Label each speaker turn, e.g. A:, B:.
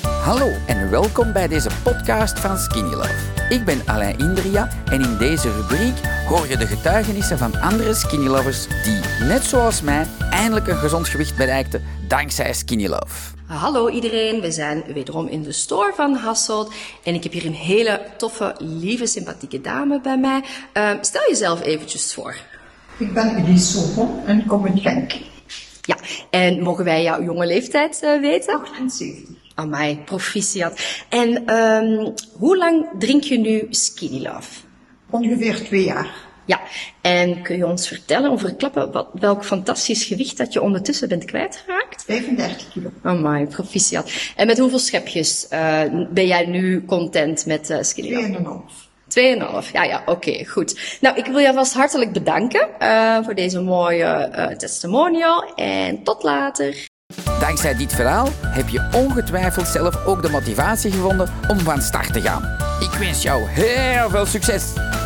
A: Hallo en welkom bij deze podcast van Skinny Love. Ik ben Alain Indria en in deze rubriek hoor je de getuigenissen van andere Skinny Lovers die, net zoals mij, eindelijk een gezond gewicht bereikten dankzij Skinny Love.
B: Hallo iedereen, we zijn wederom in de store van Hasselt. En ik heb hier een hele toffe, lieve, sympathieke dame bij mij. Ehm, stel jezelf eventjes voor.
C: Ik ben Elise Sopon en ik kom uit Genk.
B: Ja, en mogen wij jouw jonge leeftijd eh, weten?
C: 78.
B: Amai, proficiat. En ehm, hoe lang drink je nu Skinny Love?
C: Ongeveer twee jaar.
B: Ja, en kun je ons vertellen of verklappen wat, welk fantastisch gewicht dat je ondertussen bent kwijtgeraakt?
C: 35 kilo.
B: Amai, proficiat. En met hoeveel schepjes eh, ben jij nu content met eh Skinny Love?
C: 2,5.
B: Tweeënhalf, ja, ja, oké, goed. Nou, ik wil je alvast hartelijk bedanken eh, voor deze mooie eh, testimonial en tot later.
A: Dankzij dit verhaal heb je ongetwijfeld zelf ook de motivatie gevonden om van start te gaan. Ik wens jou heel veel succes!